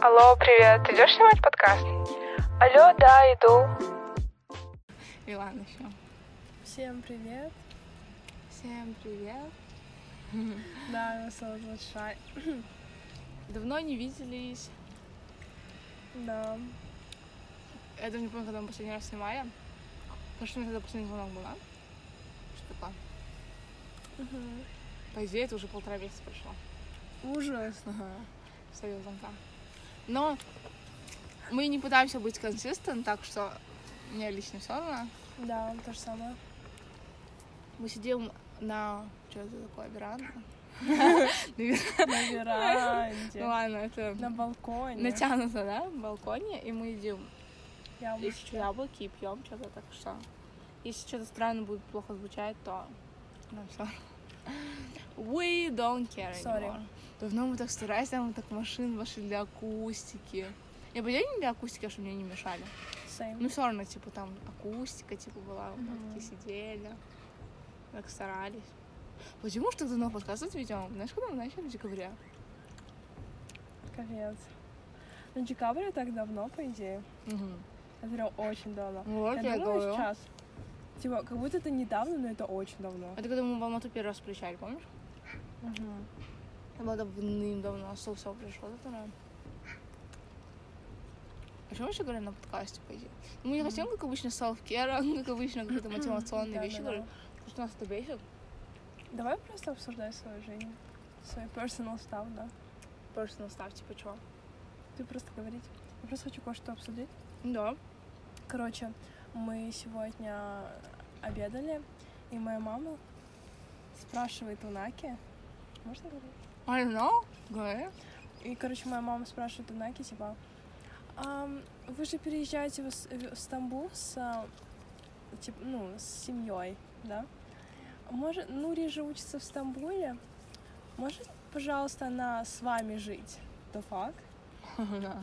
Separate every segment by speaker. Speaker 1: Алло, привет. Идешь снимать подкаст? Алло, да, иду. Милан еще.
Speaker 2: Всем привет!
Speaker 1: Всем привет.
Speaker 2: Да, нас зовут Лучай.
Speaker 1: Давно не виделись.
Speaker 2: Да.
Speaker 1: Я даже не помню, когда мы последний раз снимали. Потому что у меня тогда последний звонок была. Что такое?
Speaker 2: Мгм.
Speaker 1: По идее, это уже полтора месяца прошло.
Speaker 2: Ужас.
Speaker 1: Совет звонка. Но мы не пытаемся быть консистент, так что мне лично все равно.
Speaker 2: Да, то же самое.
Speaker 1: Мы сидим на... Что это такое? Веранда?
Speaker 2: На
Speaker 1: Ну
Speaker 2: веранде.
Speaker 1: ладно, это...
Speaker 2: На балконе.
Speaker 1: Натянуто, да, в балконе, и мы едим
Speaker 2: Яблочки.
Speaker 1: ищем яблоки и пьем что-то, так что если что-то странно будет плохо звучать, то нам все. We don't care
Speaker 2: Sorry.
Speaker 1: anymore. Давно мы так старались, там мы так машин вошли для акустики. Я бы не для акустики, чтобы мне не мешали.
Speaker 2: Same.
Speaker 1: Ну все равно, типа, там акустика, типа, была, мы там
Speaker 2: Мгм.
Speaker 1: такие сидели, так старались. Почему ж так давно подкаст ведем? Знаешь, когда мы начали? В декабре.
Speaker 2: Капец. Ну, декабрь так давно, по идее. Это прям очень давно.
Speaker 1: Вот, я,
Speaker 2: Я думаю,
Speaker 1: говорю.
Speaker 2: сейчас. Типа, как будто это недавно, но это очень давно.
Speaker 1: Это когда мы в Алмату первый раз приезжали, помнишь? Это было давным-давно, с все пришло, это нравится. А что мы еще говорим на подкасте, по идее? Ну, Мы не хотим, как обычно, селф-кера, как обычно, какие-то мотивационные
Speaker 2: Да,
Speaker 1: вещи
Speaker 2: да,
Speaker 1: говорим, потому что нас это бесит.
Speaker 2: Давай просто обсуждай свою жизнь. Свой personal stuff, да.
Speaker 1: Просто наставь, типа, чего?
Speaker 2: Ты просто говорить. Я просто хочу кое-что обсудить.
Speaker 1: Да.
Speaker 2: Короче, мы сегодня обедали, и моя мама спрашивает у Наки, можно говорить?
Speaker 1: I don't know, говори.
Speaker 2: И, короче, моя мама спрашивает у Наки, типа, «Ам, вы же переезжаете в, С- в Стамбул с, а, тип- ну, с семьей, да? Может, Нури же учится в Стамбуле, может, пожалуйста, она с вами жить? The fuck?
Speaker 1: Да.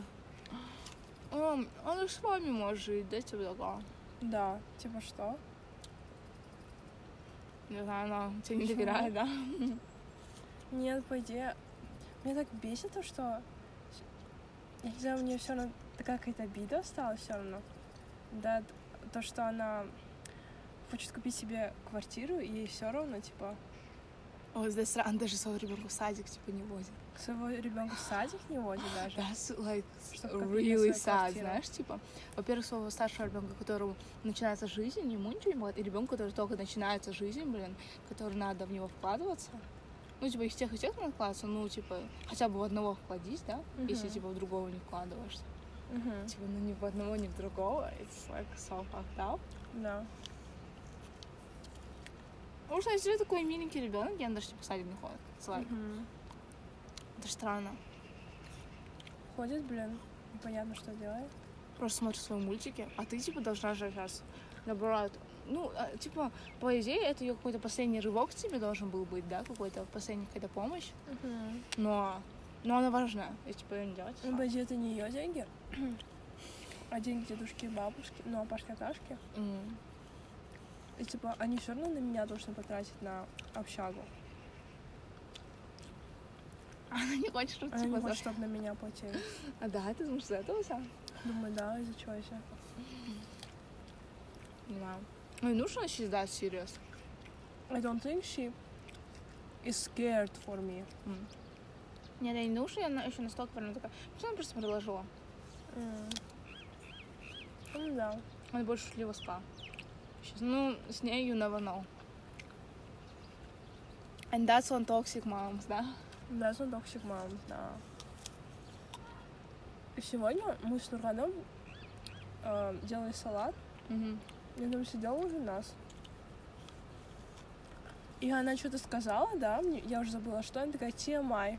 Speaker 1: Эм, Он и с вами может жить, да, типа такого.
Speaker 2: Да, типа что?
Speaker 1: Не знаю, она тебе не
Speaker 2: Почему?
Speaker 1: доверяет, да?
Speaker 2: Нет, по идее, меня так бесит то, что... Я не знаю, мне все равно такая какая-то обида осталась все равно. Да, т- то, что она хочет купить себе квартиру, и ей все равно, типа,
Speaker 1: А Вот здесь она даже своего ребенка в садик, типа, не возит.
Speaker 2: своего ребенка в садик не водит даже.
Speaker 1: That's like
Speaker 2: Чтоб копить на
Speaker 1: really
Speaker 2: свою
Speaker 1: sad,
Speaker 2: квартиру.
Speaker 1: знаешь, типа, во-первых, своего старшего ребенка, которому начинается жизнь, ему ничего не бывает, и ребенку, который только начинается жизнь, блин, который надо в него вкладываться. Ну, типа, из тех и тех надо вкладываться, ну, типа, хотя бы в одного вкладись, да, если,
Speaker 2: Мгм.
Speaker 1: типа, в другого не вкладываешься.
Speaker 2: Мгм.
Speaker 1: Типа, ну, ни в одного, ни в другого, it's like so fucked up.
Speaker 2: Да.
Speaker 1: Потому что если такой миленький ребенок, я даже, типа, в садик не ходит. It's like,
Speaker 2: Мгм.
Speaker 1: это ж странно.
Speaker 2: Ходит, блин, непонятно, что делает.
Speaker 1: просто смотришь свои мультики, а ты типа должна же сейчас наоборот. Ну, а, типа, по идее, это ее какой-то последний рывок к тебе должен был быть, да, какой-то последняя какая-то помощь. Но, но она важна, и типа ее не делать.
Speaker 2: Ну, по идее, это не ее деньги, а деньги дедушки и бабушки, ну, а Пашки Аташки.
Speaker 1: М.
Speaker 2: И, типа, они все равно на меня должны потратить на общагу.
Speaker 1: Она не хочет, чтобы
Speaker 2: Она не
Speaker 1: типа за-
Speaker 2: хочет, чтобы на меня платили.
Speaker 1: А да, ты думаешь, за этого вся?
Speaker 2: Думаю, да, из-за чего еще?
Speaker 1: Не знаю. Ну и нужно сейчас да, серьез.
Speaker 2: I don't think she is scared for me.
Speaker 1: Нет, я не думаю, что она еще настолько прям такая. Что она просто предложила?
Speaker 2: Ну да.
Speaker 1: Она больше шутливо спа. Сейчас, ну, с ней you never know. And that's on toxic moms, да?
Speaker 2: Да, это toxic mom, да. И сегодня мы с Нурганом э, делали салат.
Speaker 1: Мгм.
Speaker 2: Я там сидела уже нас. И она что-то сказала, да, мне- я уже забыла, что она такая TMI.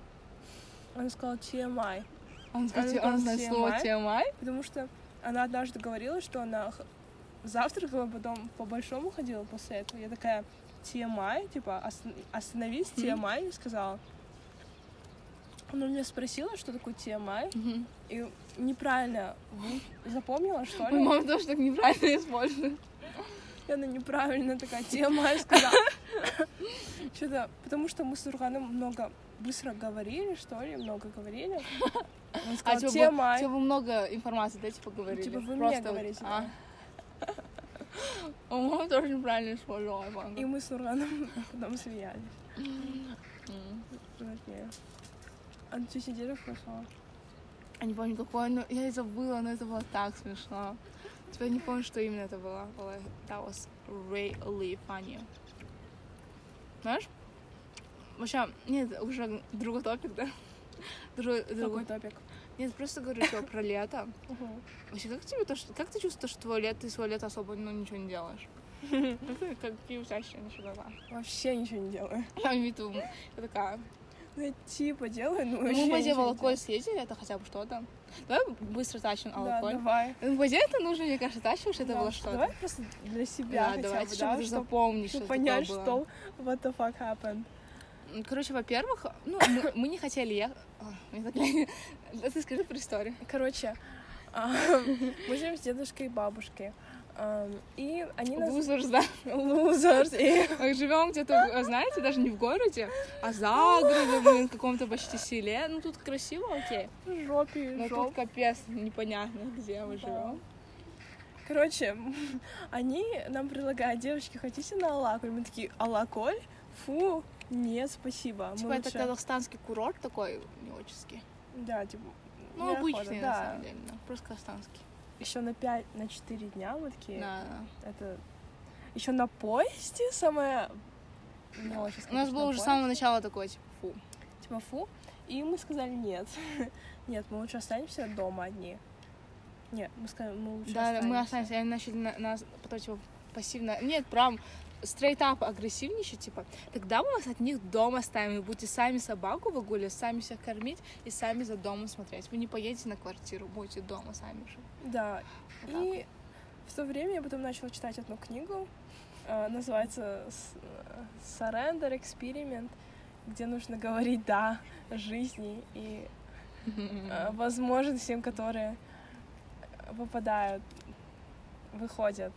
Speaker 2: Она сказала TMI.
Speaker 1: Он сказал,
Speaker 2: Э, там
Speaker 1: он знает слово
Speaker 2: TMI?
Speaker 1: TMI?
Speaker 2: Потому что она однажды говорила, что она х- завтракала, а потом по большому ходила после этого. Я такая, TMI, типа, «Остан- остановись,
Speaker 1: Мгм.
Speaker 2: TMI, я сказала. Она меня спросила, что такое TMI,
Speaker 1: Мгм.
Speaker 2: и неправильно вы- запомнила, что
Speaker 1: Моя
Speaker 2: ли?
Speaker 1: мама тоже так неправильно использует.
Speaker 2: И она неправильно такая TMI сказала. Что-то, потому что мы с Урганом много быстро говорили, что ли, много говорили. Он
Speaker 1: А
Speaker 2: сказал,
Speaker 1: типа,
Speaker 2: «TMI».
Speaker 1: вы- типа, вы много информации, да, типа, говорили?
Speaker 2: Типа, вы мне
Speaker 1: Просто вот,
Speaker 2: говорите,
Speaker 1: а.
Speaker 2: да.
Speaker 1: А мама тоже неправильно использовала Иванга.
Speaker 2: И мы с Нураном потом смеялись.
Speaker 1: М.
Speaker 2: Нажми. А ты сидишь прошло?
Speaker 1: Я не помню, какое, но я и забыла, но это было так смешно. Теперь не помню, что именно это было. Like, That was really funny. Знаешь? Вообще, нет, уже другой топик, да? Другой, другой.
Speaker 2: Другой топик.
Speaker 1: Нет, просто говорю, что про лето. Вообще, как тебе то, что, как ты чувствуешь, что твое лето, ты свое лето особо ну, ничего не делаешь? Как ты- Какие у тебя ощущения что такое?
Speaker 2: Вообще ничего не делаю.
Speaker 1: Я имею в виду, я такая.
Speaker 2: Ну, я типа делаю, но
Speaker 1: Ну,
Speaker 2: вообще
Speaker 1: мы пойдем в
Speaker 2: ничего не
Speaker 1: алкоголь
Speaker 2: делаю.
Speaker 1: съездили, это хотя бы что-то. Давай быстро тащим
Speaker 2: Да,
Speaker 1: алкоголь.
Speaker 2: давай.
Speaker 1: Ну, по идее, это нужно, мне кажется, тащим, что это
Speaker 2: Да.
Speaker 1: было что-то.
Speaker 2: Давай просто для себя
Speaker 1: да,
Speaker 2: хотя
Speaker 1: давайте,
Speaker 2: бы,
Speaker 1: чтобы
Speaker 2: да,
Speaker 1: ты
Speaker 2: чтоб
Speaker 1: запомнишь, что
Speaker 2: понять,
Speaker 1: такое было.
Speaker 2: что what the fuck happened.
Speaker 1: Ну, Короче, во-первых, ну, мы, мы не хотели ехать... Ты скажи про историю.
Speaker 2: Короче, а, мы живем с дедушкой и бабушкой. Ам, И они нас...
Speaker 1: Лузерс, да.
Speaker 2: Лузерс. И
Speaker 1: Э, Живем где-то, знаете, даже не в городе, а за городом, блин, в каком-то почти селе. Ну, тут красиво, окей.
Speaker 2: в жопе,
Speaker 1: Но
Speaker 2: жоп.
Speaker 1: Ну, тут капец, непонятно, где мы
Speaker 2: Да.
Speaker 1: живем.
Speaker 2: Короче, они нам предлагают, девочки, хотите на алкоголь? Мы такие, алкоголь? Фу, нет, спасибо. Мы
Speaker 1: Типа, это
Speaker 2: лучше-
Speaker 1: казахстанский курорт такой, неоческий.
Speaker 2: Да, типа,
Speaker 1: Ну,
Speaker 2: неохота,
Speaker 1: обычный, на
Speaker 2: да.
Speaker 1: самом деле, да. Просто казахстанский.
Speaker 2: Еще на 5, на 4 дня мы такие,
Speaker 1: Да, да.
Speaker 2: это... Еще на поезде самое... Ну, Не
Speaker 1: Да.
Speaker 2: очень сказать,
Speaker 1: У нас
Speaker 2: что
Speaker 1: было
Speaker 2: на
Speaker 1: уже с
Speaker 2: поезде.
Speaker 1: самого начала такое, типа, фу.
Speaker 2: Типа, фу. И мы сказали, нет. Нет, мы лучше останемся дома одни. Нет, мы сказали, мы лучше
Speaker 1: Да, да,
Speaker 2: останемся.
Speaker 1: мы останемся, и они начали на- нас потом, типа, пассивно, нет, прям стрейтап агрессивничать, типа, тогда мы вас от них дома оставим, и будете сами собаку выгуливать, сами себя кормить и сами за домом смотреть. Вы не поедете на квартиру, будете дома сами жить.
Speaker 2: Да.
Speaker 1: Вот так
Speaker 2: И в то время я потом начала читать одну книгу, э, называется с- э, Surrender Experiment, где нужно говорить «да» жизни и э, возможностям, которые попадают, выходят,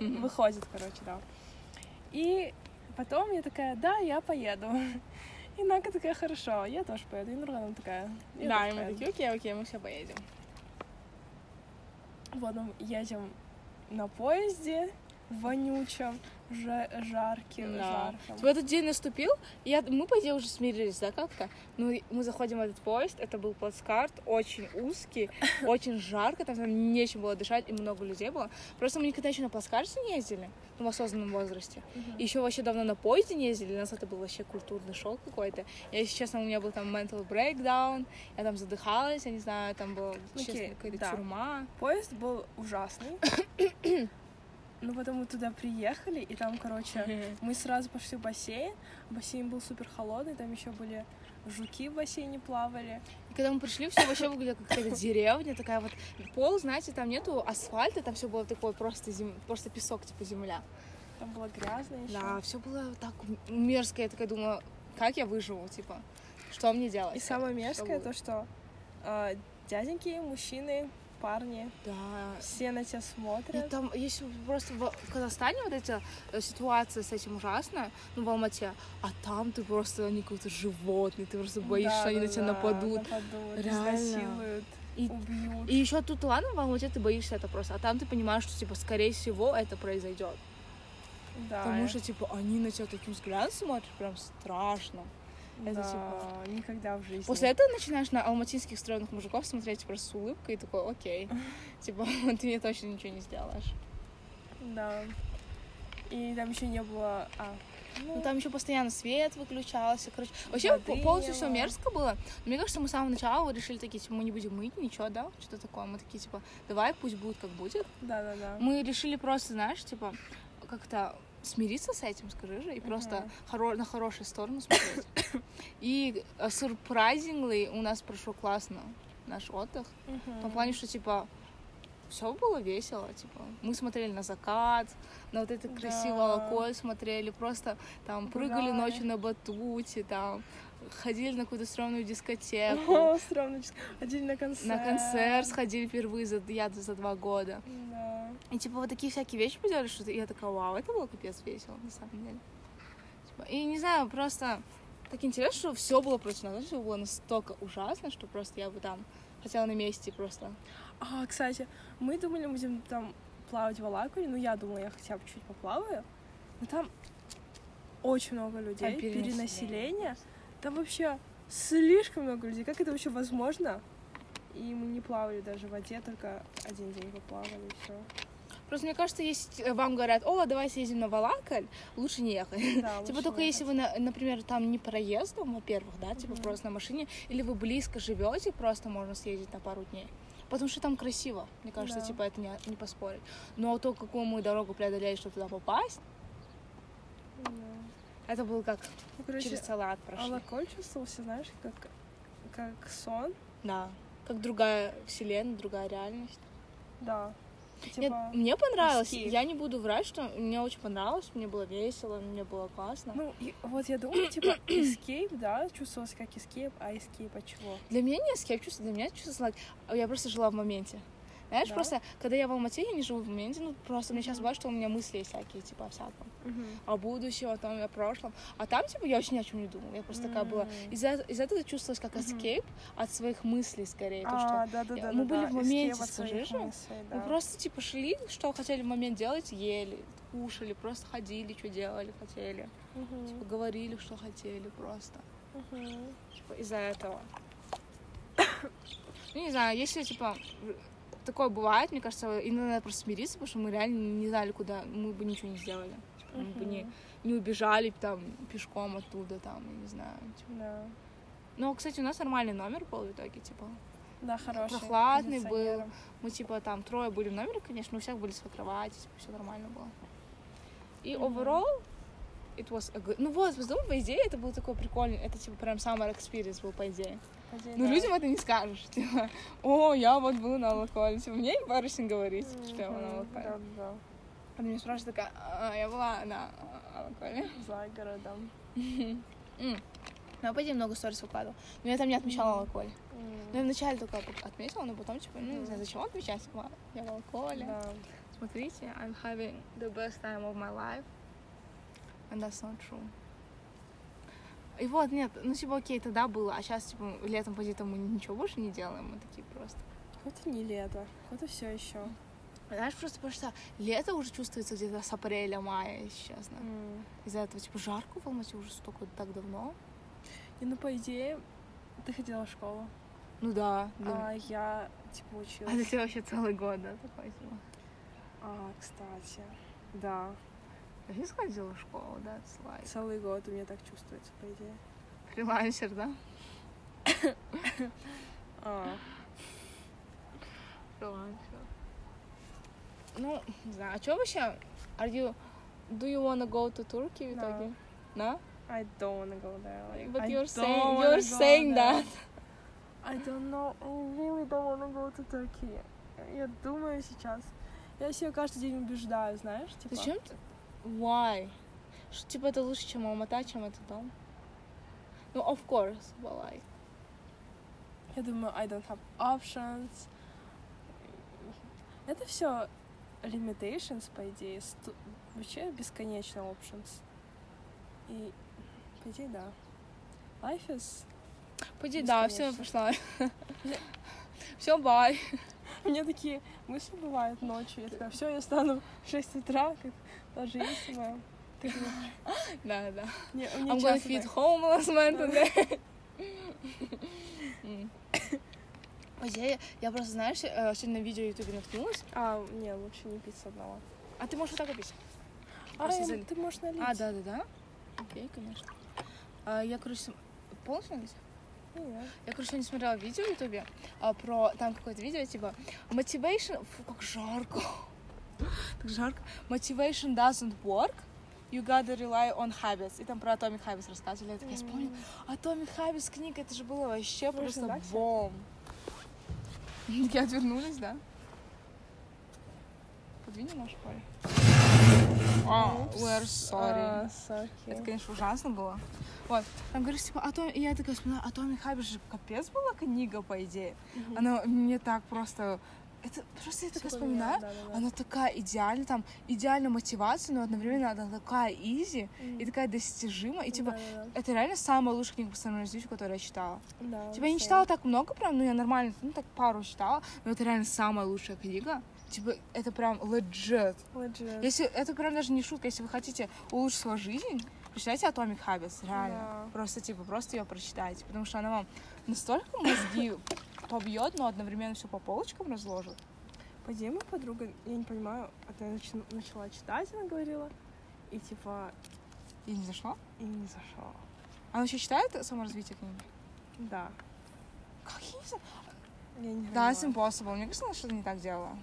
Speaker 2: выходят, короче, да. И потом я такая, да, я поеду. И Нака такая, хорошо, я тоже поеду. И Нурган такая, я
Speaker 1: Да,
Speaker 2: тоже
Speaker 1: и мы
Speaker 2: поеду».
Speaker 1: такие, окей, окей, мы все поедем.
Speaker 2: Вот мы едем на поезде вонючем, жа- жарким,
Speaker 1: Да.
Speaker 2: жарком.
Speaker 1: Типа, этот день наступил, и я- мы, по идее, уже смирились, да, как-то? Ну, и мы заходим в этот поезд, это был плацкарт, очень узкий, очень жарко, там, там нечем было дышать, и много людей было. Просто мы никогда еще на плацкарте не ездили, ну, в осознанном возрасте.
Speaker 2: Мгм.
Speaker 1: Еще вообще давно на поезде не ездили, у нас это был вообще культурный шок какой-то. Я, если честно, у меня был там mental breakdown, я там задыхалась, я не знаю, там была, честно,
Speaker 2: Окей,
Speaker 1: какая-то
Speaker 2: да.
Speaker 1: тюрьма.
Speaker 2: Поезд был ужасный. Ну, потом мы туда приехали, и там, короче, мы сразу пошли в бассейн. Бассейн был супер холодный, там еще были жуки в бассейне плавали.
Speaker 1: И когда мы пришли, все вообще выглядело как какая-то деревня, такая вот пол, знаете, там нету асфальта, там все было такое просто зем... просто песок, типа земля.
Speaker 2: Там было грязно еще.
Speaker 1: Да, все было так мерзко, я такая думала, как я выживу, типа, что мне делать?
Speaker 2: И самое мерзкое
Speaker 1: будет?
Speaker 2: то, что э, дяденьки, мужчины, парни,
Speaker 1: Да.
Speaker 2: все на тебя
Speaker 1: И
Speaker 2: смотрят.
Speaker 1: там есть просто в в Казахстане вот эта э, ситуация с этим ужасная, ну, в Алмате, а там ты просто, они какой-то животный, ты просто боишься,
Speaker 2: Да,
Speaker 1: что они
Speaker 2: да,
Speaker 1: на тебя
Speaker 2: да,
Speaker 1: нападут.
Speaker 2: нападут,
Speaker 1: Реально.
Speaker 2: изнасилуют,
Speaker 1: И-
Speaker 2: убьют.
Speaker 1: И еще тут, ладно, в Алмате ты боишься это просто, а там ты понимаешь, что, типа, скорее всего, это произойдет.
Speaker 2: Да.
Speaker 1: Потому что, типа, они на тебя таким взглядом смотрят, прям страшно. это
Speaker 2: Да,
Speaker 1: типа-
Speaker 2: никогда в жизни.
Speaker 1: После этого начинаешь на алматинских стройных мужиков смотреть просто с улыбкой и такой, окей, типа, ты мне точно ничего не сделаешь.
Speaker 2: Да. И там еще не было. А, ну,
Speaker 1: Ну, там еще постоянно свет выключался, короче. Вообще
Speaker 2: Воды
Speaker 1: по-
Speaker 2: не
Speaker 1: полностью все
Speaker 2: было.
Speaker 1: мерзко было. Но мне кажется, мы с самого начала решили такие, типа, мы не будем мыть ничего, да, что-то такое. Мы такие, типа, давай, пусть будет как будет.
Speaker 2: да, да, да.
Speaker 1: Мы решили просто, знаешь, типа, как-то смириться с этим, скажи же, и просто
Speaker 2: Мгм.
Speaker 1: хоро- на хорошую сторону смотреть. И э, surprisingly у нас прошло классно наш отдых. В том плане, что, типа, все было весело, типа, мы смотрели на закат, на вот это красивое
Speaker 2: Да.
Speaker 1: алкоголь смотрели, просто там прыгали
Speaker 2: Гуляли.
Speaker 1: ночью на батуте, там, ходили на какую-то стрёмную дискотеку,
Speaker 2: О, странно. Ходили на концерт.
Speaker 1: на концерт сходили впервые за, я за два года.
Speaker 2: Да.
Speaker 1: И, типа, вот такие всякие вещи поделали, что ты- я такая, вау, это было капец весело, на самом деле. Типа, и, не знаю, просто так интересно, что все было против нас. Все было настолько ужасно, что просто я бы там хотела на месте просто.
Speaker 2: А, кстати, мы думали, будем там плавать в Алакуре, ну я думала, я хотя бы чуть поплаваю, но там очень много людей,
Speaker 1: Там
Speaker 2: перенаселение, там вообще слишком много людей, как это вообще возможно? И мы не плавали даже в воде, только один день поплавали, и все.
Speaker 1: Просто мне кажется, если вам говорят, о, давай съездим на Валакаль, лучше не ехать. Типа только если вы, на- например, там не проездом, во-первых, да, типа
Speaker 2: Мгм.
Speaker 1: просто на машине, или вы близко живете, просто можно съездить на пару дней. Потому что там красиво, мне кажется,
Speaker 2: Да.
Speaker 1: типа это не, не поспорить. Но то, какую мы дорогу преодолели, чтобы туда попасть, это было как
Speaker 2: Ну, короче,
Speaker 1: через салат прошли.
Speaker 2: Алаколь чувствовался, знаешь, как, как сон,
Speaker 1: Да. Как другая вселенная, другая реальность.
Speaker 2: да. Типа...
Speaker 1: Нет, мне понравилось.
Speaker 2: эскейп.
Speaker 1: Я не буду врать, что мне очень понравилось, мне было весело, мне было классно.
Speaker 2: Ну, и вот я думаю, типа, эскейп, да, чувствовался как эскейп, а эскейп от чего?
Speaker 1: Для меня не эскейп чувство, для меня чувство сладкое. Я просто жила в моменте. Знаешь,
Speaker 2: Да?
Speaker 1: просто, когда я в Алмате, я не живу в моменте, ну, просто мне сейчас
Speaker 2: Мгм.
Speaker 1: бывает, что у меня мысли есть всякие, типа, о всяком. О будущем, о том и о прошлом. А там, типа, я вообще ни о чем не думала. Я просто такая была.
Speaker 2: М.
Speaker 1: Из-за из этого чувствовалась как
Speaker 2: Мгм.
Speaker 1: эскейп от своих мыслей, скорее. то, что
Speaker 2: А, да, да,
Speaker 1: Я-
Speaker 2: да.
Speaker 1: мы
Speaker 2: да,
Speaker 1: были
Speaker 2: да,
Speaker 1: в
Speaker 2: из
Speaker 1: моменте,
Speaker 2: Киева
Speaker 1: скажи
Speaker 2: своих
Speaker 1: же.
Speaker 2: мыслей, да.
Speaker 1: мы просто, типа, шли, что хотели в момент делать, ели, кушали, просто ходили, что делали, хотели.
Speaker 2: Мгм,
Speaker 1: Типа, говорили, что хотели просто.
Speaker 2: мгм.
Speaker 1: Типа, из-за этого. Ну, не знаю, если, типа, в- такое бывает, мне кажется, иногда надо просто смириться, потому что мы реально не знали, куда, мы бы ничего не сделали. Типа, мы бы не,
Speaker 2: Мгм,
Speaker 1: не убежали там пешком оттуда, там, я не знаю. типа.
Speaker 2: Да.
Speaker 1: Но, кстати, у нас нормальный номер был в итоге, типа.
Speaker 2: Да, хороший.
Speaker 1: Прохладный был.
Speaker 2: кондиционером.
Speaker 1: Мы, типа, там трое были в номере, конечно, у всех были свои кровати, типа, все нормально было. И
Speaker 2: Мгм.
Speaker 1: overall, it was a good... Ну вот, думаю, по идее, это был такой прикольный, это, типа, прям summer experience был, по идее.
Speaker 2: Хозяин,
Speaker 1: Ну,
Speaker 2: да.
Speaker 1: людям это не скажешь. Типа, о, я вот был на алкоголе. Типа, мне не барышня говорить, что я была на
Speaker 2: Мгм,
Speaker 1: алкоголе.
Speaker 2: Да, да.
Speaker 1: Она меня спрашивает такая, «А, я была на алкоголе.
Speaker 2: За городом.
Speaker 1: М. Ну, Я пойди много сторис выкладывала. Но я там не отмечала алкоголь.
Speaker 2: М,
Speaker 1: Ну, я вначале только как отметила, но потом, типа, ну, не
Speaker 2: Мгм.
Speaker 1: знаю, зачем отмечать. Типа, Я в алкоголе.
Speaker 2: Да.
Speaker 1: Смотрите, I'm having the best time of my life. And that's not true. И вот, нет, ну, типа, окей, тогда было, а сейчас, типа, летом, по мы ничего больше не делаем, мы такие просто.
Speaker 2: Хоть и не лето, хоть и все еще.
Speaker 1: Знаешь, просто потому что лето уже чувствуется где-то с апреля-мая, если честно. Из-за этого, типа, жарко в Алмате уже столько так давно.
Speaker 2: И ну, по идее, ты ходила в школу,
Speaker 1: Ну да.
Speaker 2: а я, типа,
Speaker 1: А
Speaker 2: училась.
Speaker 1: это тебе вообще целый год, да, такой, типа.
Speaker 2: А, кстати, да,
Speaker 1: Я не сходила в школу, да, it's like
Speaker 2: целый год у меня так чувствуется, по идее.
Speaker 1: фрилансер, да?
Speaker 2: А,
Speaker 1: Фрилансер. Ну, не знаю, а что вообще? Are you... Do you wanna go to Turkey в
Speaker 2: No.
Speaker 1: итоге? Да?
Speaker 2: I don't wanna go there. Like,
Speaker 1: But
Speaker 2: I
Speaker 1: you're
Speaker 2: don't
Speaker 1: saying,
Speaker 2: wanna
Speaker 1: you're
Speaker 2: go
Speaker 1: saying
Speaker 2: there.
Speaker 1: that.
Speaker 2: I don't know. I really don't wanna go to Turkey. Я думаю сейчас. Я себя каждый день убеждаю, знаешь, типа.
Speaker 1: Зачем ты? Why? Что, типа, это лучше, чем Алмата, чем это дом? Ну, of course, but like...
Speaker 2: Я думаю, I don't have options. Это все limitations, по идее. Сту- Вообще бесконечно options. И, по идее, да. Life is...
Speaker 1: Пойди,
Speaker 2: Ну,
Speaker 1: да, все, я пошла. Все, бай.
Speaker 2: У меня такие мысли бывают ночью. Я такая, все, я стану в 6 утра, как даже если моя. Ты думаешь,
Speaker 1: Да, да.
Speaker 2: не, у меня
Speaker 1: I'm gonna
Speaker 2: часто
Speaker 1: feed
Speaker 2: так.
Speaker 1: homeless man today. М. Ой, я, я просто, знаешь, э, сегодня на видео в ютубе наткнулась.
Speaker 2: А, не, лучше не пить с одного.
Speaker 1: А ты можешь вот так описать?
Speaker 2: А,
Speaker 1: Просто
Speaker 2: я-
Speaker 1: залить.
Speaker 2: ты можешь налить.
Speaker 1: А, да, да, да. Окей, конечно. А, я, короче, см- полностью надеть?
Speaker 2: Ну, да.
Speaker 1: Я, короче, сегодня смотрела видео в ютубе а, про... Там какое-то видео, типа, motivation... Фу, как жарко. так жарко. Motivation doesn't work. You gotta rely on habits. И там про Atomic Habits рассказывали. Я такая вспомнила.
Speaker 2: М.
Speaker 1: Atomic Habits книга, это же было вообще
Speaker 2: Вы же
Speaker 1: просто
Speaker 2: согласны?
Speaker 1: бом. Я отвернулись, да? Подвинь наш поле. А,
Speaker 2: Упс.
Speaker 1: we're sorry.
Speaker 2: А, sorry.
Speaker 1: Это, конечно, ужасно было. Вот. Там, говоришь, типа, о том... И я а такая вспоминаю, о Томе Хаббер же капец была книга, по идее.
Speaker 2: Мгм.
Speaker 1: Она мне так просто Это просто я
Speaker 2: Всё
Speaker 1: такая
Speaker 2: поменяла,
Speaker 1: вспоминаю. А ну,
Speaker 2: да-да-да.
Speaker 1: Она такая идеальная, там, идеальная мотивация, но одновременно она такая изи
Speaker 2: Мгм.
Speaker 1: и такая достижима. И, типа,
Speaker 2: Да-да-да.
Speaker 1: это реально самая лучшая книга по самому развитию, которую я читала.
Speaker 2: Да,
Speaker 1: Типа, я не
Speaker 2: same.
Speaker 1: читала так много прям, ну, я нормально, ну, так пару читала, но это реально самая лучшая книга. Типа, это прям legit.
Speaker 2: Legit.
Speaker 1: Если, это прям даже не шутка, если вы хотите улучшить свою жизнь, прочитайте Atomic Habits, реально.
Speaker 2: Да.
Speaker 1: Просто, типа, просто ее прочитайте, потому что она вам настолько мозги побьет, но одновременно все по полочкам разложит.
Speaker 2: Пойди, моя подруга, я не понимаю, это я нач- начала читать, она говорила, и типа,
Speaker 1: Я не зашла?
Speaker 2: и не зашла.
Speaker 1: Она вообще читает саморазвитие книги?
Speaker 2: Да,
Speaker 1: Как я не знаю?
Speaker 2: я не поняла.
Speaker 1: Да, it's impossible. Мне кажется, она что-то не так делала.
Speaker 2: М.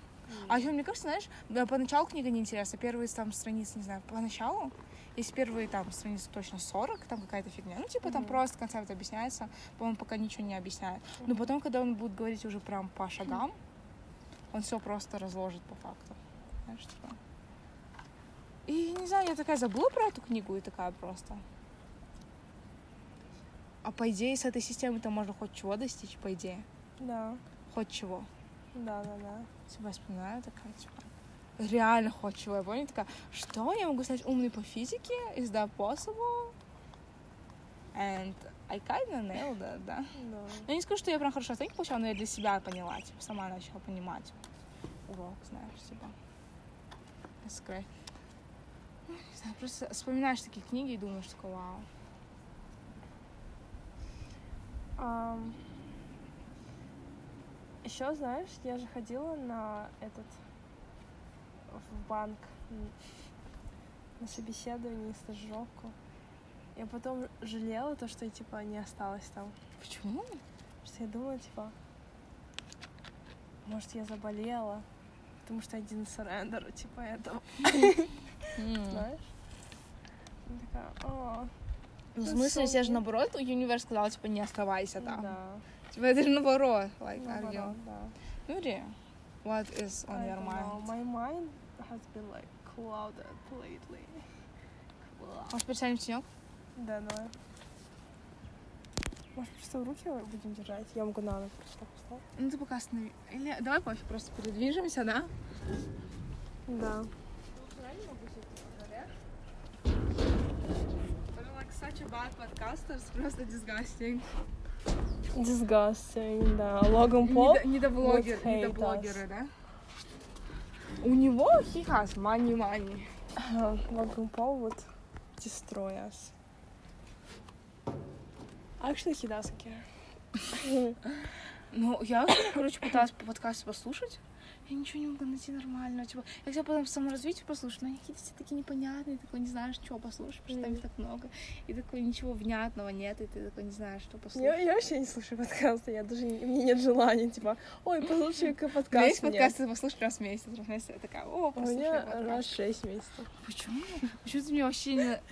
Speaker 1: А еще, мне кажется, знаешь, да, поначалу книга неинтересна. Первые там страницы, не знаю, поначалу, если первые там страницы точно 40, там какая-то фигня. Ну, типа, там
Speaker 2: Мгм.
Speaker 1: просто концепт объясняется, по-моему, пока ничего не объясняет. Но потом, когда он будет говорить уже прям по шагам, он все просто разложит по факту. Знаешь, типа. И не знаю, я такая забыла про эту книгу и такая просто. А по идее, с этой системой-то можно хоть чего достичь, по идее.
Speaker 2: Да,
Speaker 1: Хоть чего.
Speaker 2: да, да, да.
Speaker 1: Тебя вспоминаю такая, типа, реально хоть чего. Я помню, такая, что я могу стать умной по физике? Is that possible? And I kinda nailed that, да.
Speaker 2: Да.
Speaker 1: Я не скажу, что я прям хорошо оценки получала, но я для себя поняла, типа, сама начала понимать урок, знаешь, типа. That's great. Ну, не знаю, просто вспоминаешь такие книги и думаешь, такой, вау.
Speaker 2: Еще, знаешь, я же ходила на этот в банк м, на собеседование и стажировку. Я потом жалела то, что я типа не осталась там.
Speaker 1: Почему?
Speaker 2: Потому что я думала, типа, может, я заболела, потому что один сорендер, типа, этого,
Speaker 1: М.
Speaker 2: знаешь? Я такая, «О,
Speaker 1: Ну, в
Speaker 2: Ну,
Speaker 1: смысле, я же
Speaker 2: солнце.
Speaker 1: наоборот, универ сказал, типа, не оставайся там.
Speaker 2: да,
Speaker 1: Типа, это же наоборот. Like, are you-
Speaker 2: наоборот, да».
Speaker 1: Юрия, what is on
Speaker 2: I
Speaker 1: your
Speaker 2: don't know.
Speaker 1: mind?
Speaker 2: My mind has been like clouded lately. Cloud-
Speaker 1: Может, перетянем в тенек?
Speaker 2: Да, давай. Может, просто в руки будем держать? Я могу на ногу просто так встать.
Speaker 1: Ну, ты пока останови. Или давай пофиг, просто передвижемся, да?
Speaker 2: Да.
Speaker 1: Просто disgusting.
Speaker 2: Disgusting, да. Логан Пол.
Speaker 1: Недоблогер,
Speaker 2: would hate
Speaker 1: недоблогеры, да? У него he has money, money.
Speaker 2: Ага, Логан Пол вот destroy us. Actually, he doesn't care.
Speaker 1: Ну, я, вот, короче, пыталась по подкасту послушать. Я ничего не могла найти нормального. Типа, я хотела потом саморазвитие послушать, но они какие-то все такие непонятные, такой не знаешь, чего послушать, потому что там их так много. И такой ничего внятного нет, и ты такой не знаешь, что послушать.
Speaker 2: Я, я вообще не слушаю подкасты, я даже не- у меня нет желания, типа, ой, послушай-ка подкаст.
Speaker 1: есть
Speaker 2: Нет.
Speaker 1: подкасты, послушай раз в месяц, раз в месяц. Я такая, о,
Speaker 2: У
Speaker 1: послушай
Speaker 2: меня
Speaker 1: подкаст».
Speaker 2: раз в шесть месяцев.
Speaker 1: Почему? Почему ты мне вообще не...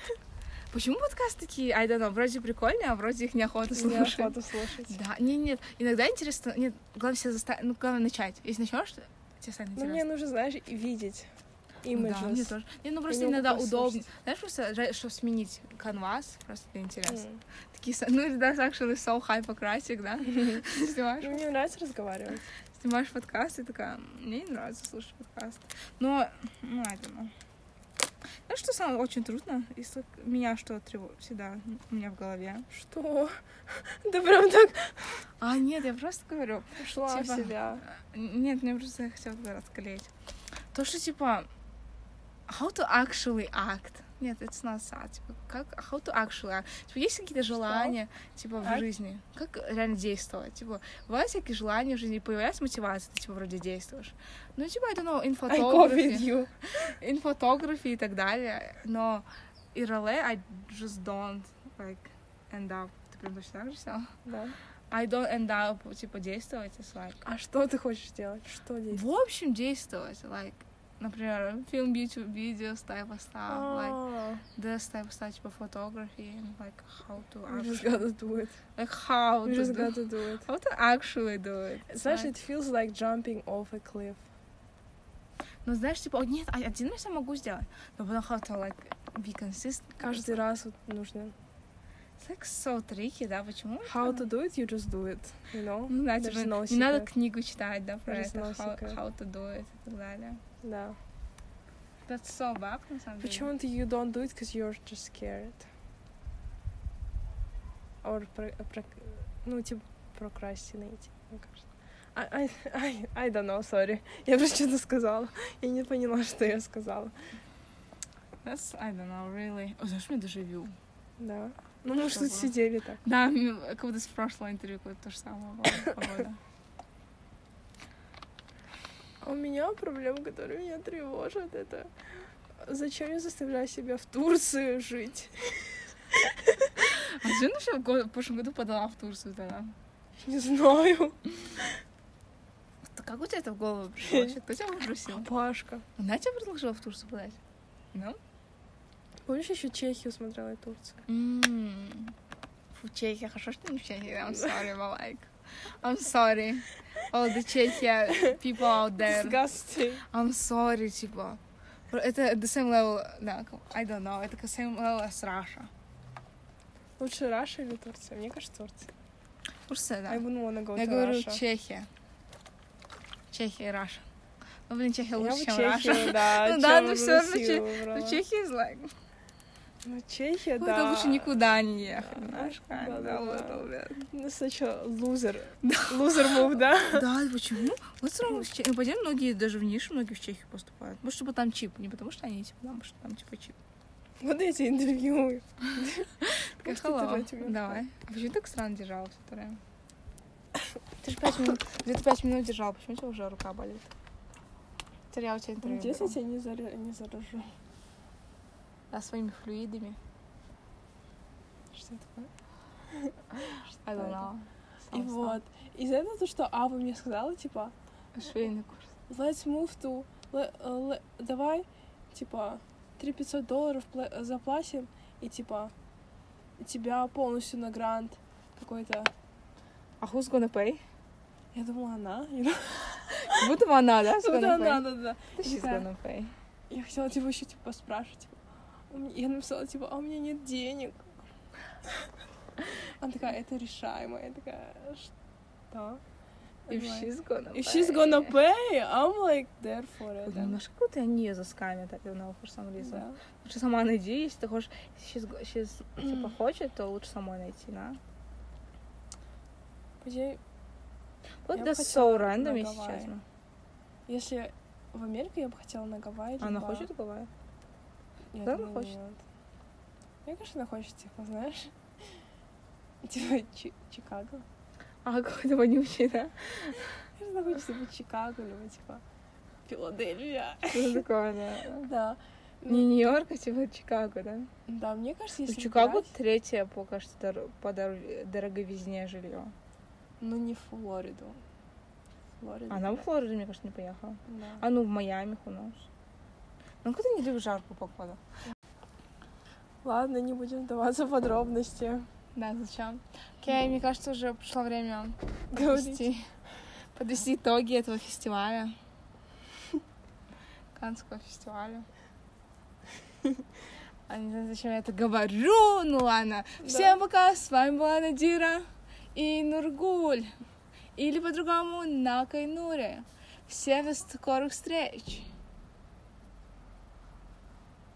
Speaker 1: Почему подкасты такие, I don't know, вроде прикольные, а вроде их неохота
Speaker 2: Мне
Speaker 1: слушать?
Speaker 2: охота слушать.
Speaker 1: Да, не, нет, иногда интересно, нет, главное себя заставить, ну, главное начать. Если начнешь, тебе станет
Speaker 2: Но
Speaker 1: интересно.
Speaker 2: Ну, мне нужно, знаешь, и видеть
Speaker 1: Ну да, мне
Speaker 2: images.
Speaker 1: тоже. Не, ну
Speaker 2: Я
Speaker 1: просто
Speaker 2: не могу
Speaker 1: иногда
Speaker 2: послушать.
Speaker 1: удобно. Знаешь, просто, жаль, чтобы сменить канвас, просто это интересно.
Speaker 2: М.
Speaker 1: Такие, со- ну, да, actually so hypocratic, да? Снимаешь
Speaker 2: Ну, Мне нравится разговаривать.
Speaker 1: снимаешь подкаст и такая, мне не нравится слушать подкаст. Но, ну, I don't know. Знаешь, что самое очень трудно, если меня что тревожит всегда у меня в голове?
Speaker 2: Что? Да прям так
Speaker 1: А, нет, я просто говорю.
Speaker 2: ушла в
Speaker 1: Типа.
Speaker 2: себя.
Speaker 1: Н- Нет, мне просто я хотела туда расклеить. То, что типа how to actually act. Нет, это not sad. Типа, как how to actually act. Типа, есть какие-то желания, типа, в
Speaker 2: Act?
Speaker 1: жизни? Как реально действовать? Типа, бывают всякие желания в жизни, появляется мотивация, ты, типа, вроде действуешь. Ну, типа, I don't know, in
Speaker 2: I copied
Speaker 1: photography,
Speaker 2: you.
Speaker 1: in photography и так далее. Но IRL I just don't, like, end up. Ты прям точно так же сняла?
Speaker 2: Да.
Speaker 1: I don't end up, типа, действовать, it's like...
Speaker 2: А что ты хочешь делать? Что здесь?
Speaker 1: В общем, действовать, like, например, фильм, YouTube, videos, type of stuff, like,
Speaker 2: А,
Speaker 1: this type of stuff, типа photography, and like how to
Speaker 2: we just
Speaker 1: actually,
Speaker 2: gotta do it.
Speaker 1: like how
Speaker 2: We
Speaker 1: to
Speaker 2: just
Speaker 1: do,
Speaker 2: gotta do it.
Speaker 1: how to actually do it.
Speaker 2: Знаешь,
Speaker 1: Like-
Speaker 2: it feels like jumping off a cliff.
Speaker 1: ну знаешь, типа, «О, нет, а- один раз я могу сделать, но потом how to like be consistent.
Speaker 2: Каждый раз вот нужно.
Speaker 1: Секс so tricky, да, почему?
Speaker 2: How to do it, you just do it. You know?
Speaker 1: Ну да,
Speaker 2: There's
Speaker 1: типа,
Speaker 2: no
Speaker 1: не надо
Speaker 2: secret.
Speaker 1: книгу читать, да, про
Speaker 2: There's
Speaker 1: это,
Speaker 2: no
Speaker 1: how,
Speaker 2: secret.
Speaker 1: how to do it и так далее.
Speaker 2: Да.
Speaker 1: That's so bad, на самом деле.
Speaker 2: Почему-то you don't do it, because you're just scared. Or, про- про- ну, типа, procrastinate, мне кажется. I, I, I, I don't know, sorry. Я просто что-то сказала. Я не поняла, что я сказала.
Speaker 1: That's, I don't know, really. О, знаешь, мне дежавю.
Speaker 2: Да. Ну, мы
Speaker 1: Что
Speaker 2: что-то
Speaker 1: было?
Speaker 2: сидели так.
Speaker 1: Да, м, как будто с прошлого интервью какое-то то же самое было. погода.
Speaker 2: У меня проблема, которая меня тревожит, это зачем я заставляю себя в Турции жить?
Speaker 1: А зачем ты вообще в го- в прошлом году подала в Турцию тогда?
Speaker 2: Не знаю.
Speaker 1: Да Как у тебя это в голову пришло вообще? Кто тебя попросил?
Speaker 2: Пашка.
Speaker 1: Она тебя предложила в Турцию подать? Ну?
Speaker 2: Помнишь, еще Чехию смотрела и Турцию?
Speaker 1: М. Фу, Чехия, М-м. хорошо, что не в Чехии. I'm sorry, but like... I'm sorry. All the Czechia people out there.
Speaker 2: Disgusting.
Speaker 1: I'm sorry, типа. Это the same level, да, I don't know, это same level as Russia.
Speaker 2: Лучше Раша или Турция? Мне кажется, Турция. А
Speaker 1: Турция, да.
Speaker 2: I wouldn't wanna go
Speaker 1: Я
Speaker 2: to
Speaker 1: говорю
Speaker 2: Russia.
Speaker 1: Чехия. Чехия и Раша. Ну, блин, Чехия
Speaker 2: Я
Speaker 1: лучше,
Speaker 2: бы
Speaker 1: чем Раша.
Speaker 2: Чехию, да,
Speaker 1: Ну да,
Speaker 2: чем
Speaker 1: ну всё равно
Speaker 2: Россию
Speaker 1: Че-
Speaker 2: выбрала.
Speaker 1: Ну, Чехия is like...
Speaker 2: Ну, Чехия,
Speaker 1: ну,
Speaker 2: да.
Speaker 1: Это лучше никуда не ехать,
Speaker 2: Да.
Speaker 1: знаешь,
Speaker 2: Да,
Speaker 1: kind of
Speaker 2: да,
Speaker 1: a
Speaker 2: да.
Speaker 1: little bit.
Speaker 2: Ну, сначала лузер. Лузер мув, да?
Speaker 1: Да, и почему? Вот все равно, с Че- по идее, многие, даже в нишу многие в Чехию поступают. Может, чтобы там чип, не потому что они, типа, потому что там, типа, чип.
Speaker 2: Вот эти интервью.
Speaker 1: Такая,
Speaker 2: Может, это
Speaker 1: «Hello,
Speaker 2: для тебя?»
Speaker 1: Давай. А почему ты так странно держала все это время? Ты же пять минут, где-то пять минут держала, почему у тебя уже рука болит? Терял у тебя интервью.
Speaker 2: Надеюсь, я
Speaker 1: брала.
Speaker 2: тебя не заря- не заражу.
Speaker 1: Да, своими флюидами.
Speaker 2: Что такое?
Speaker 1: I don't
Speaker 2: это?
Speaker 1: know.
Speaker 2: И
Speaker 1: Сам
Speaker 2: вот. И за это то, что Ава мне сказала, типа,
Speaker 1: сам. Швейный курс.
Speaker 2: let's move to... le- э, le- давай, типа, 3500 долларов пла- заплатим, и, типа, тебя полностью на грант какой-то...
Speaker 1: А who's gonna pay?
Speaker 2: Я думала, она. you know.
Speaker 1: Как будто бы она, да?
Speaker 2: Ну да, да, да, да.
Speaker 1: She's
Speaker 2: Да.
Speaker 1: gonna pay.
Speaker 2: Я хотела, типа, еще, типа, спрашивать, типа, у меня- я написала, типа, а у меня нет денег. Она такая, это решаемо. Я такая, что?
Speaker 1: If
Speaker 2: Давай.
Speaker 1: she's gonna
Speaker 2: If she's gonna pay, I'm like there for it.
Speaker 1: Блин, Немножко как будто они ее заскамят, I don't know, for some reason.
Speaker 2: Да.
Speaker 1: Лучше сама найди, если ты хочешь, если she's, she's, типа хочет, то лучше самой найти, да?
Speaker 2: По идее,
Speaker 1: Вот
Speaker 2: Я бы
Speaker 1: это so
Speaker 2: хотела на
Speaker 1: random, если
Speaker 2: Гавайи.
Speaker 1: честно.
Speaker 2: Если в Америку я бы хотела на Гавайи.
Speaker 1: Она
Speaker 2: либо-
Speaker 1: хочет Гавайи?
Speaker 2: Я
Speaker 1: Да, она
Speaker 2: думаю,
Speaker 1: хочет.
Speaker 2: нет. Мне кажется, она хочет, типа, знаешь, типа Чи- Чикаго.
Speaker 1: А, какой-то вонючий, да?
Speaker 2: Мне кажется, она хочет, типа, Чикаго, либо, типа, Филадельфия.
Speaker 1: Что такое, да?
Speaker 2: Да.
Speaker 1: Не
Speaker 2: Ну,
Speaker 1: Нью-Йорк, а типа Чикаго, да?
Speaker 2: Да, мне кажется,
Speaker 1: Ну,
Speaker 2: если
Speaker 1: Чикаго
Speaker 2: брать,
Speaker 1: третье, пока что, дор- по дор- дороговизне жилье.
Speaker 2: ну не Флориду. Флориду.
Speaker 1: Она в Флориду, мне кажется, не поехала.
Speaker 2: Да.
Speaker 1: А ну, в Майами, у нас. Ну, кто-то не любит жаркую погоду.
Speaker 2: Ладно, не будем вдаваться в подробности.
Speaker 1: Да, зачем? Окей, мне кажется, уже пришло время
Speaker 2: Говорить.
Speaker 1: подвести, подвести итоги этого фестиваля. Канского фестиваля. А не знаю, зачем я это говорю, ну ладно. Всем пока, с вами была Надира и Нургуль. Или по-другому, на Кайнуре. Всем до скорых встреч.